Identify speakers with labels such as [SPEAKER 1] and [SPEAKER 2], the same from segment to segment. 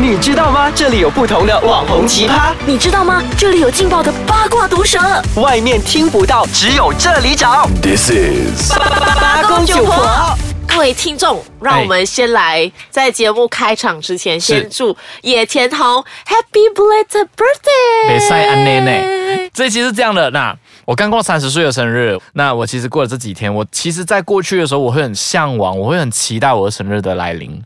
[SPEAKER 1] 你知道吗？这里有不同的网红奇葩，
[SPEAKER 2] 你知道吗？这里有劲爆的八卦毒舌，
[SPEAKER 1] 外面听不到，只有这里找。
[SPEAKER 3] This is
[SPEAKER 1] 八公九婆，
[SPEAKER 4] 各位听众，让我们先来在节目开场之前，先祝野田红 Happy belated birthday！
[SPEAKER 5] 北塞安内内。这一期是这样的，那我刚过三十岁的生日，那我其实过了这几天，我其实在过去的时候，我会很向往，我会很期待我的生日的来临，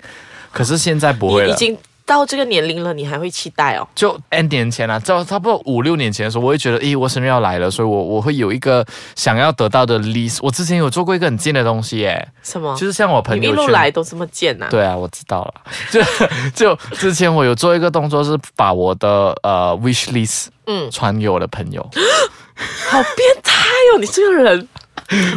[SPEAKER 5] 可是现在不会
[SPEAKER 4] 你已
[SPEAKER 5] 了。
[SPEAKER 4] 经到这个年龄了，你还会期待哦？
[SPEAKER 5] 就 N 年前啊，就差不多五六年前的时候，我会觉得，咦，我生日要来了，所以我我会有一个想要得到的 list。我之前有做过一个很贱的东西耶，
[SPEAKER 4] 什么？
[SPEAKER 5] 就是像我朋
[SPEAKER 4] 哦你一
[SPEAKER 5] 友
[SPEAKER 4] 路
[SPEAKER 5] 圈
[SPEAKER 4] 来都这么贱呐、
[SPEAKER 5] 对啊，我知道了。 就就之前我有做一个动作，是把我的呃 wish list
[SPEAKER 4] 嗯
[SPEAKER 5] 嗯传给我的朋友，
[SPEAKER 4] 好变态哦！你这个人，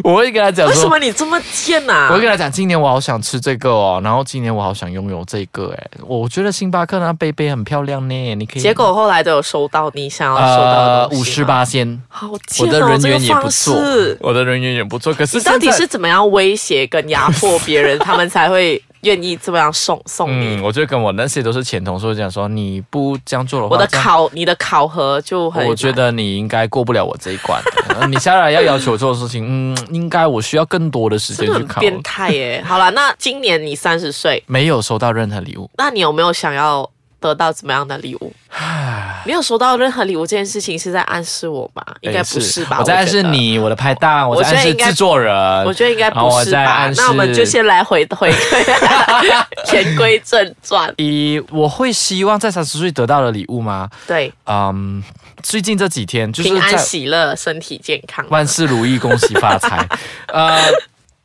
[SPEAKER 5] 我会跟他讲
[SPEAKER 4] 为什
[SPEAKER 5] 说
[SPEAKER 4] 么。你这么贱啊呐、
[SPEAKER 5] 我会跟他讲，今年我好想吃这个哦，然后今年我好想拥有这个哎，我觉得星巴克那杯杯很漂亮呢，你可以。
[SPEAKER 4] 结果后来都有收到你想要收到的
[SPEAKER 5] 呃
[SPEAKER 4] 东
[SPEAKER 5] 五
[SPEAKER 4] 西
[SPEAKER 5] 十
[SPEAKER 4] 吗，
[SPEAKER 5] 八先，
[SPEAKER 4] 好
[SPEAKER 5] 我
[SPEAKER 4] 贱
[SPEAKER 5] 的
[SPEAKER 4] 哦！
[SPEAKER 5] 人
[SPEAKER 4] 这个
[SPEAKER 5] 缘也不
[SPEAKER 4] 方
[SPEAKER 5] 错
[SPEAKER 4] 式，，
[SPEAKER 5] 我的人缘也不错，可是
[SPEAKER 4] 你到底
[SPEAKER 5] 现在
[SPEAKER 4] 是怎么样威胁跟压迫别 人，他们才会愿意这么样送送你？
[SPEAKER 5] 嗯，我就跟我那些都是前同事讲说，你不这样做的话，
[SPEAKER 4] 我的
[SPEAKER 5] 这样
[SPEAKER 4] 考，你的考核就很难，
[SPEAKER 5] 我觉得你应该过不了我这一 关。呃你下来要要求我做的事情，嗯，应该我需要更多的时间
[SPEAKER 4] 真的
[SPEAKER 5] 去
[SPEAKER 4] 很
[SPEAKER 5] 考虑。
[SPEAKER 4] 变态耶。好了，那今年你三十岁，
[SPEAKER 5] 没有收到任何礼物，
[SPEAKER 4] 那你有没有想要得到怎么样的礼物？没有收到任何礼物这件事情是在暗示我吧？应该不是吧？
[SPEAKER 5] 我在暗示
[SPEAKER 4] 觉得。
[SPEAKER 5] 你，我的拍档，我在
[SPEAKER 4] 我
[SPEAKER 5] 暗
[SPEAKER 4] 觉得
[SPEAKER 5] 示
[SPEAKER 4] 应该
[SPEAKER 5] 制作人，
[SPEAKER 4] 我觉得应该
[SPEAKER 5] 然后
[SPEAKER 4] 不
[SPEAKER 5] 我
[SPEAKER 4] 是
[SPEAKER 5] 在
[SPEAKER 4] 吧
[SPEAKER 5] 暗？示。
[SPEAKER 4] 那我们就先来回回 归，言归正 传。
[SPEAKER 5] 一，我会希望在三十岁得到的礼物吗？
[SPEAKER 4] 对，
[SPEAKER 5] 嗯，最近这几天就是
[SPEAKER 4] 平安
[SPEAKER 5] 在
[SPEAKER 4] 喜乐，身体健康。
[SPEAKER 5] 万事如意，恭喜发财。 呃，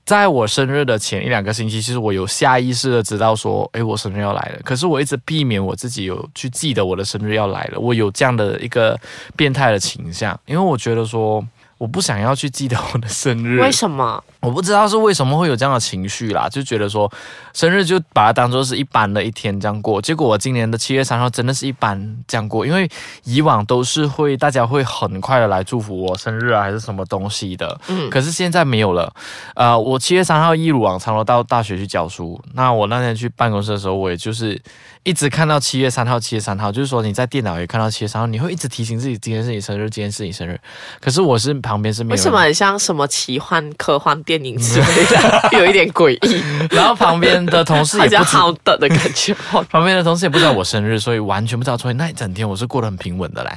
[SPEAKER 5] 在我生日的前一两个星期，其实我有下意识的知道说，诶，我生日要来了。可是我一直避免我自己有去记得我的生日要来了，我有这样的一个变态的倾向，因为我觉得说。我不想要去记得我的生日，
[SPEAKER 4] 为什么？
[SPEAKER 5] 我不知道是为什么会有这样的情绪啦，就觉得说生日就把它当做是一般的一天这样过。结果我今年的七月三号真的是一般这样过，因为以往都是会大家会很快的来祝福我生日啊，还是什么东西的。
[SPEAKER 4] 嗯
[SPEAKER 5] 可是现在没有了。呃，我七月三号一如往常的到大学去教书。那我那天去办公室的时候，我也就是一直看到七月三号，七月三号，就是说你在电脑也看到七月三号，你会一直提醒自己今天是你生日，今天是你生日。可是我是旁边是没有
[SPEAKER 4] 为
[SPEAKER 5] 人
[SPEAKER 4] 什么很像什么奇幻科幻电影之类 的，有一点诡异，
[SPEAKER 5] 然后旁边的同事
[SPEAKER 4] 好
[SPEAKER 5] 也
[SPEAKER 4] 像
[SPEAKER 5] 不知，
[SPEAKER 4] 好的的感 觉。
[SPEAKER 5] 旁边的同事也不知道我生日，所以完全不知道。所以那一整天我是过得很平稳的嘞，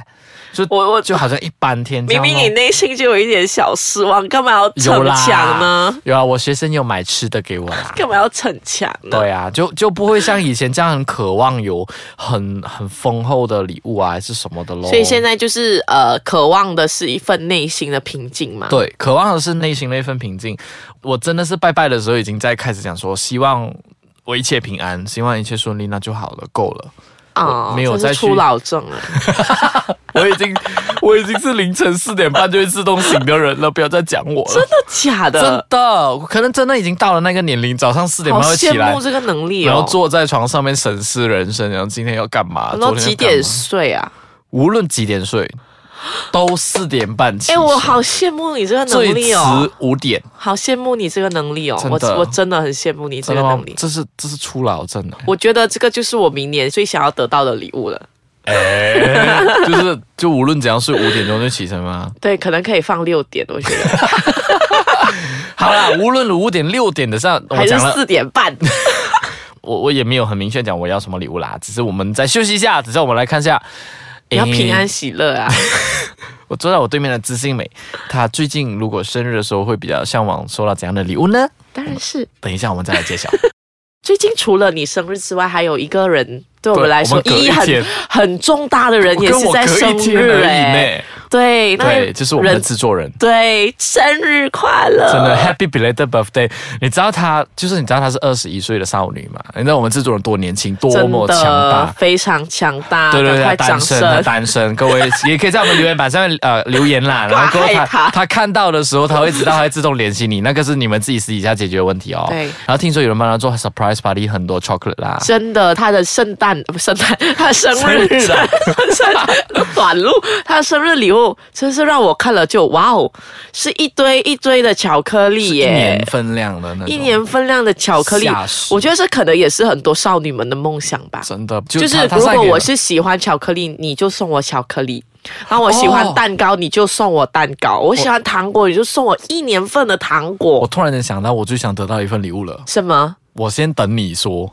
[SPEAKER 5] 就
[SPEAKER 4] 我我
[SPEAKER 5] 就好像一般天这
[SPEAKER 4] 明
[SPEAKER 5] 样咯。
[SPEAKER 4] 明你内心就有一点小失望，干嘛要
[SPEAKER 5] 有
[SPEAKER 4] 逞
[SPEAKER 5] 啦
[SPEAKER 4] 强呢？？
[SPEAKER 5] 有啊，我学生有买吃的给 我啦。
[SPEAKER 4] 干嘛要逞强呢？
[SPEAKER 5] 对啊，就就不会像以前这样很渴望有很很丰厚的礼物啊，还是什么的咯。
[SPEAKER 4] 所以现在就是呃，渴望的是一份内心的平静嘛。
[SPEAKER 5] 对，渴望的是内心的一份平静。我真的是拜拜的时候已经在开始讲说，希望我一切平安，希望一切顺利，那就好了，够了。
[SPEAKER 4] 啊
[SPEAKER 5] 我没有
[SPEAKER 4] 这是
[SPEAKER 5] 再去
[SPEAKER 4] 初老症 了。
[SPEAKER 5] 我已经我已经是凌晨四点半就会自动醒的人了，不要再讲我了。
[SPEAKER 4] 假
[SPEAKER 5] 真
[SPEAKER 4] 的，
[SPEAKER 5] 的，可能真的已经到了那个年龄，早上四点
[SPEAKER 4] 好
[SPEAKER 5] 半会起
[SPEAKER 4] 羡
[SPEAKER 5] 来
[SPEAKER 4] 慕，这个能力
[SPEAKER 5] 然后
[SPEAKER 4] 哦。
[SPEAKER 5] 坐在床上面审视人生，然后今天要干嘛？
[SPEAKER 4] 然
[SPEAKER 5] 昨
[SPEAKER 4] 后
[SPEAKER 5] 天要
[SPEAKER 4] 几
[SPEAKER 5] 干
[SPEAKER 4] 点
[SPEAKER 5] 嘛
[SPEAKER 4] 睡啊？
[SPEAKER 5] 无论几点睡，都四点半起
[SPEAKER 4] 哎，
[SPEAKER 5] 身。
[SPEAKER 4] 我好羡慕你这个
[SPEAKER 5] 最
[SPEAKER 4] 能力哦
[SPEAKER 5] 迟，五点，
[SPEAKER 4] 好羡慕你这个能力哦。
[SPEAKER 5] 真
[SPEAKER 4] 我
[SPEAKER 5] 的
[SPEAKER 4] 我真的很羡慕你这
[SPEAKER 5] 真
[SPEAKER 4] 个
[SPEAKER 5] 的吗
[SPEAKER 4] 能力？。
[SPEAKER 5] 这是这是初老症啊，
[SPEAKER 4] 我觉得这个就是我明年最想要得到的礼物了。
[SPEAKER 5] 就是就无论怎样睡，五点钟就起身吗？
[SPEAKER 4] 对，可能可以放六点，我觉得
[SPEAKER 5] 好啦，无论五点六点的上， 我
[SPEAKER 4] 还是
[SPEAKER 5] 讲了
[SPEAKER 4] 四点 半。
[SPEAKER 5] 我我也没有很明确讲我要什么礼物啦，只是我们再休息一下，只是我们来看一下。
[SPEAKER 4] 你要
[SPEAKER 5] 诶
[SPEAKER 4] 平安喜乐 啊！
[SPEAKER 5] 我坐在我对面的知性美，她最近如果生日的时候会比较向往收到怎样的礼物呢？
[SPEAKER 4] 当然是。
[SPEAKER 5] 等一下我们再来揭晓。
[SPEAKER 4] 最近除了你生日之外，还有一个人对我
[SPEAKER 5] 对
[SPEAKER 4] 们来
[SPEAKER 5] 我
[SPEAKER 4] 说
[SPEAKER 5] 们隔
[SPEAKER 4] 意
[SPEAKER 5] 一
[SPEAKER 4] 义很
[SPEAKER 5] 天
[SPEAKER 4] 很重大的 人，也
[SPEAKER 5] 跟
[SPEAKER 4] 是
[SPEAKER 5] 我
[SPEAKER 4] 在
[SPEAKER 5] 隔
[SPEAKER 4] 生
[SPEAKER 5] 一天
[SPEAKER 4] 日
[SPEAKER 5] 而
[SPEAKER 4] 哎、
[SPEAKER 5] 已呢。
[SPEAKER 4] 对，那
[SPEAKER 5] 欸对，就是我们的
[SPEAKER 4] 人
[SPEAKER 5] 制作人。
[SPEAKER 4] 对生日快乐，
[SPEAKER 5] 真的 Happy belated birthday！你知道她就是你知道她是二十一岁的少女嘛？你知道我们制作人多年轻，多
[SPEAKER 4] 真
[SPEAKER 5] 么
[SPEAKER 4] 的
[SPEAKER 5] 强大。
[SPEAKER 4] 非常强大，
[SPEAKER 5] 对对对，
[SPEAKER 4] 啊赶快
[SPEAKER 5] 她
[SPEAKER 4] 掌
[SPEAKER 5] 单
[SPEAKER 4] 声
[SPEAKER 5] 身，。她单身，各位也可以在我们留言板上面呃 留言啦。然后过后
[SPEAKER 4] 害
[SPEAKER 5] 她
[SPEAKER 4] 怕
[SPEAKER 5] 她看到的时候，她会知道，她会自动联系你，那个是你们自己私底下解决的问题哦。
[SPEAKER 4] 对
[SPEAKER 5] 然后听说有人帮她做 surprise party，很多 chocolate 啦。
[SPEAKER 4] 真的，他的圣诞诞，呃不圣诞， 他生日
[SPEAKER 5] 生日啊
[SPEAKER 4] 生短路，他生日礼物真是让我看了就哇哦，是一堆一堆的巧克力
[SPEAKER 5] 一年
[SPEAKER 4] 耶。
[SPEAKER 5] 分量的那种，
[SPEAKER 4] 一年分量的巧克力
[SPEAKER 5] 吓，死
[SPEAKER 4] 我觉得这可能也是很多少女们的梦想吧。
[SPEAKER 5] 真的就
[SPEAKER 4] 就是
[SPEAKER 5] 他他
[SPEAKER 4] 如
[SPEAKER 5] 晒
[SPEAKER 4] 果
[SPEAKER 5] 给
[SPEAKER 4] 我
[SPEAKER 5] 了
[SPEAKER 4] 是喜欢巧克力，你就送我巧克力；然后我喜欢蛋糕，你就送我蛋糕；我喜欢糖果，你就送我一年份的糖
[SPEAKER 5] 我
[SPEAKER 4] 果。
[SPEAKER 5] 突然间想到，我最想得到一份礼物了。
[SPEAKER 4] 什么？
[SPEAKER 5] 我先等你说，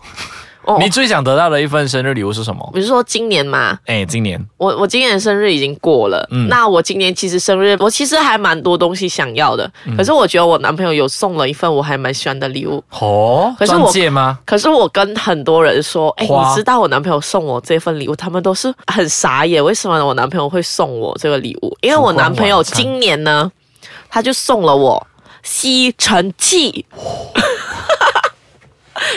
[SPEAKER 4] 哦，
[SPEAKER 5] 你最想得到的一份生日礼物是什么？
[SPEAKER 4] 比如说今年嘛，
[SPEAKER 5] 哎，今年
[SPEAKER 4] 我我今年的生日已经过了，
[SPEAKER 5] 嗯
[SPEAKER 4] 那我今年其实生日，我其实还蛮多东西想要的，
[SPEAKER 5] 嗯
[SPEAKER 4] 可是我觉得我男朋友有送了一份我还蛮喜欢的礼物。
[SPEAKER 5] 哦，
[SPEAKER 4] 可是
[SPEAKER 5] 钻
[SPEAKER 4] 我
[SPEAKER 5] 戒吗？
[SPEAKER 4] 可是我跟很多人说，哎，
[SPEAKER 5] 花
[SPEAKER 4] 你知道我男朋友送我这份礼物，他们都是很傻眼，为什么我男朋友会送我这个礼物？因为我男朋友
[SPEAKER 5] 烛光晚餐
[SPEAKER 4] 今年呢，他就送了我吸尘器。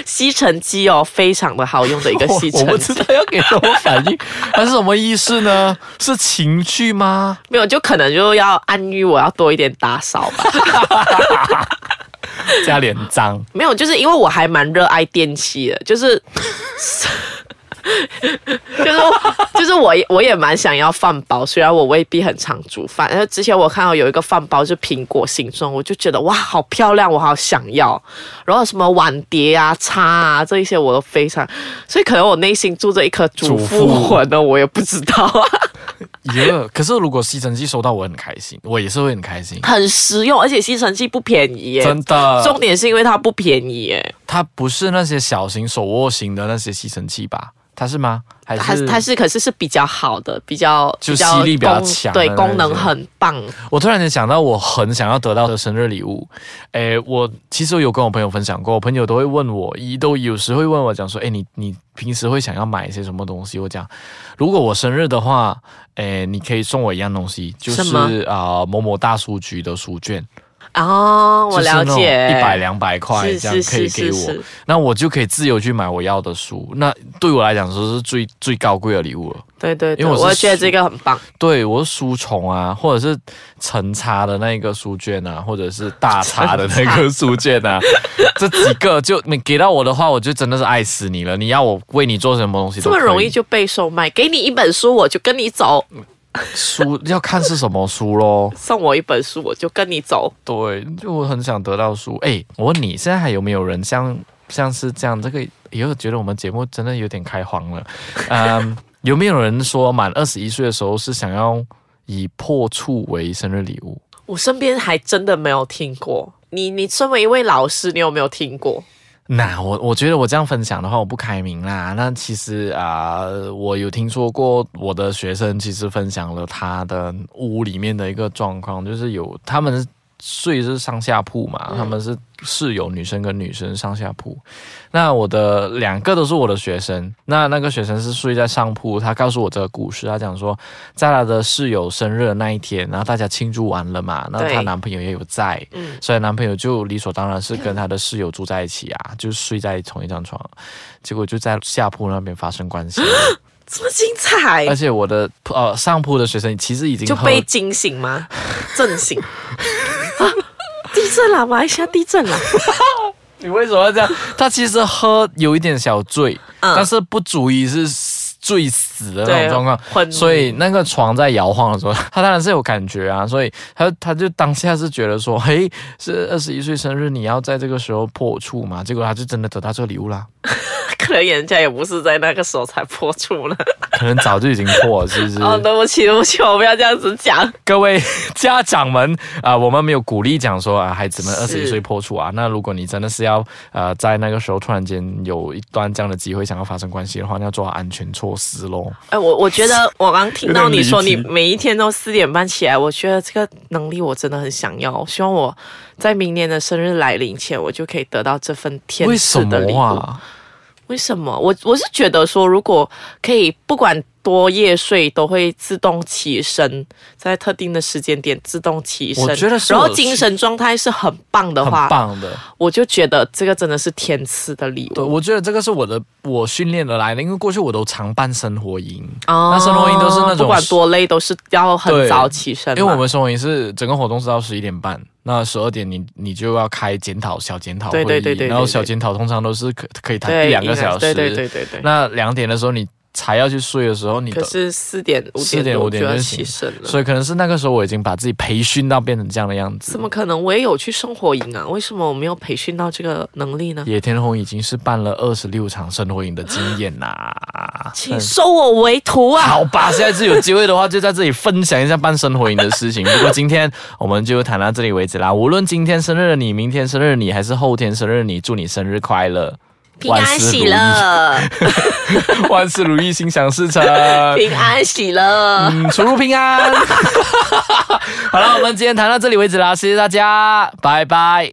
[SPEAKER 4] 吸尘器哦，非常的好用的一个
[SPEAKER 5] 我
[SPEAKER 4] 吸
[SPEAKER 5] 哦 我
[SPEAKER 4] 尘
[SPEAKER 5] 不
[SPEAKER 4] 器
[SPEAKER 5] 知，道要给什么反应，它是什么意思呢？是情趣吗？
[SPEAKER 4] 没有就可能就要暗喻我要多一点打扫吧。
[SPEAKER 5] 加脸 脏，
[SPEAKER 4] 没有，就是因为我还蛮热爱电器的，就是 就是就是我也我也蛮想要饭包，虽然我未必很常煮饭。然后之前我看到有一个饭包是苹果形状，我就觉得哇，好漂亮，我好想要。然后什么碗碟啊、叉啊这一些我都非常，所以可能我内心住着一颗主妇
[SPEAKER 5] 主妇
[SPEAKER 4] 魂呢，我也不知道啊。
[SPEAKER 5] 耶、可是如果吸尘器收到，我很开心，我也是会很 开心，
[SPEAKER 4] 很实用，而且吸尘器不便宜耶。
[SPEAKER 5] 真的。
[SPEAKER 4] 重点是因为它不便宜耶，
[SPEAKER 5] 它不是那些小型手握型的那些吸尘器吧？它是吗？还
[SPEAKER 4] 它
[SPEAKER 5] 是
[SPEAKER 4] 它是可是是比较好的，比较
[SPEAKER 5] 就吸力比较
[SPEAKER 4] 功
[SPEAKER 5] 强的
[SPEAKER 4] 对
[SPEAKER 5] 那，
[SPEAKER 4] 功能
[SPEAKER 5] 种
[SPEAKER 4] 很棒。
[SPEAKER 5] 我突然间想到，我很想要得到的生日礼物，诶，我其实有跟我朋友分享过，我朋友都会问我，一都有时会问我讲说，诶，你你平时会想要买一些什么东西？我讲，如果我生日的话，诶，你可以送我一样东西，就
[SPEAKER 4] 什么
[SPEAKER 5] 是啊、某某大书局的书卷，
[SPEAKER 4] 哦，我了解，
[SPEAKER 5] 一百两百块
[SPEAKER 4] 是
[SPEAKER 5] 这样
[SPEAKER 4] 是
[SPEAKER 5] 可以
[SPEAKER 4] 是是
[SPEAKER 5] 给我
[SPEAKER 4] 是，，
[SPEAKER 5] 那我就可以自由去买我要的书，那对我来讲说是最最高贵的礼物了。
[SPEAKER 4] 对对对，
[SPEAKER 5] 因为我是
[SPEAKER 4] 我觉得这个很棒。
[SPEAKER 5] 对，我是书虫啊，或者是橙茶的那个书卷啊，或者是大茶的那个书卷啊，这几个就你给到我的话，我就真的是爱死你了。你要我为你做什么东西
[SPEAKER 4] 这
[SPEAKER 5] 都可
[SPEAKER 4] 么
[SPEAKER 5] 以嗯
[SPEAKER 4] 容易就被售卖，给你一本书我就跟你走，
[SPEAKER 5] 书要看是什么书咯。
[SPEAKER 4] 送我一本书我就跟你走。
[SPEAKER 5] 对，就我很想得到书。哎，我问你，现在还有没有人像像是这样？这个以后觉得我们节目真的有点开荒了。 嗯，有没有人说满二十一岁的时候是想要以破处为生日礼物？
[SPEAKER 4] 我身边还真的没有听过。你你身为一位老师，你有没有听过？
[SPEAKER 5] 那我我觉得我这样分享的话，我不开明啦。那其实啊、我有听说过我的学生其实分享了他的屋里面的一个状况，就是有他们睡是上下铺嘛，
[SPEAKER 4] 嗯
[SPEAKER 5] 他们是室友女生跟女生上下铺。那我的两个都是我的学生，那那个学生是睡在上铺，他告诉我这个故事，他讲说，在他的室友生日的那一天，然后大家庆祝完了嘛，那
[SPEAKER 4] 对
[SPEAKER 5] 她男朋友也有在，
[SPEAKER 4] 嗯
[SPEAKER 5] 所以男朋友就理所当然是跟她的室友住在一起 啊，就睡在同一张床，结果就在下铺那边发生 关系，
[SPEAKER 4] 这么精彩
[SPEAKER 5] 而，且我的呃上铺的学生其实已经
[SPEAKER 4] 就
[SPEAKER 5] 哎喝
[SPEAKER 4] 被惊醒吗？震 醒啊！地震了，马来西亚地震了。
[SPEAKER 5] 你为什么要这样？他其实喝有一点小醉，
[SPEAKER 4] 嗯
[SPEAKER 5] 但是不足以是醉死的那种状
[SPEAKER 4] 昏
[SPEAKER 5] 况，
[SPEAKER 4] 迷
[SPEAKER 5] 所以那个床在摇晃的时候，他当然是有感觉啊，所以他他就当下是觉得说，嘿，是二十一岁生日，你要在这个时候破处嘛？结果他就真的得到这个礼物啦，
[SPEAKER 4] 可能人家也不是在那个时候才播出呢。
[SPEAKER 5] 可能早就已经破了，是不是？
[SPEAKER 4] 哦，对不起，对不起，我不要这样子讲。
[SPEAKER 5] 各位家长们啊、我们没有鼓励讲说啊，孩子们二十
[SPEAKER 4] 是
[SPEAKER 5] 一岁破处啊。那如果你真的是要呃，在那个时候突然间有一段这样的机会想要发生关系的话，那要做好安全措施喽。
[SPEAKER 4] 哎，我我觉得我刚听到你说
[SPEAKER 5] 有
[SPEAKER 4] 你
[SPEAKER 5] 点离题
[SPEAKER 4] 每一天都四点半起来，我觉得这个能力我真的很想要。我希望我在明年的生日来临前，我就可以得到这份天
[SPEAKER 5] 为什
[SPEAKER 4] 赐的礼
[SPEAKER 5] 么
[SPEAKER 4] 物。
[SPEAKER 5] 啊？
[SPEAKER 4] 为什么？我我是觉得说，如果可以，不管多夜睡，都会自动起身，在特定的时间点自动起身。
[SPEAKER 5] 我觉得是
[SPEAKER 4] 然后
[SPEAKER 5] 我
[SPEAKER 4] 精神状态是很棒的
[SPEAKER 5] 很
[SPEAKER 4] 话，
[SPEAKER 5] 棒的，
[SPEAKER 4] 我就觉得这个真的是天赐的礼
[SPEAKER 5] 对，
[SPEAKER 4] 物。
[SPEAKER 5] 我觉得这个是我的我训练而来的，因为过去我都常办生活营，
[SPEAKER 4] 哦
[SPEAKER 5] 那生活营都是那种
[SPEAKER 4] 不管多累都是要很早起身嘛，
[SPEAKER 5] 因为我们生活营是整个活动是到十一点半，那十二点你你就要开检讨小检讨会
[SPEAKER 4] 对
[SPEAKER 5] 议，
[SPEAKER 4] 对对对对
[SPEAKER 5] 然后
[SPEAKER 4] 对
[SPEAKER 5] 小检讨通常都是可可以谈
[SPEAKER 4] 对
[SPEAKER 5] 一两个小时，
[SPEAKER 4] 对对对对对
[SPEAKER 5] 那两点的时候你才要去睡的时候，你
[SPEAKER 4] 可
[SPEAKER 5] 的
[SPEAKER 4] 是四点五
[SPEAKER 5] 4点
[SPEAKER 4] 多就
[SPEAKER 5] 5
[SPEAKER 4] 要
[SPEAKER 5] 就
[SPEAKER 4] 起
[SPEAKER 5] 醒
[SPEAKER 4] 身了，
[SPEAKER 5] 所以可能是那个时候我已经把自己培训到变成这样的样子
[SPEAKER 4] 怎。么可能？我也有去生活营啊，为什么我没有培训到这个能力呢？
[SPEAKER 5] 野田红已经是办了二十六场生活营的经验啦。
[SPEAKER 4] 请收我为徒啊！
[SPEAKER 5] 好吧，下次有机会的话，就在这里分享一下办生活营的事情。不过今天我们就谈到这里为止啦。无论今天生日的你、明天生日的你，还是后天生日的你，祝你生日快乐，
[SPEAKER 2] 平安喜，乐，
[SPEAKER 5] 万事如意，心想事成。
[SPEAKER 4] 平安喜乐，
[SPEAKER 5] 嗯，出入平 安。好了，我们今天谈到这里为止啦，谢谢大家，拜拜。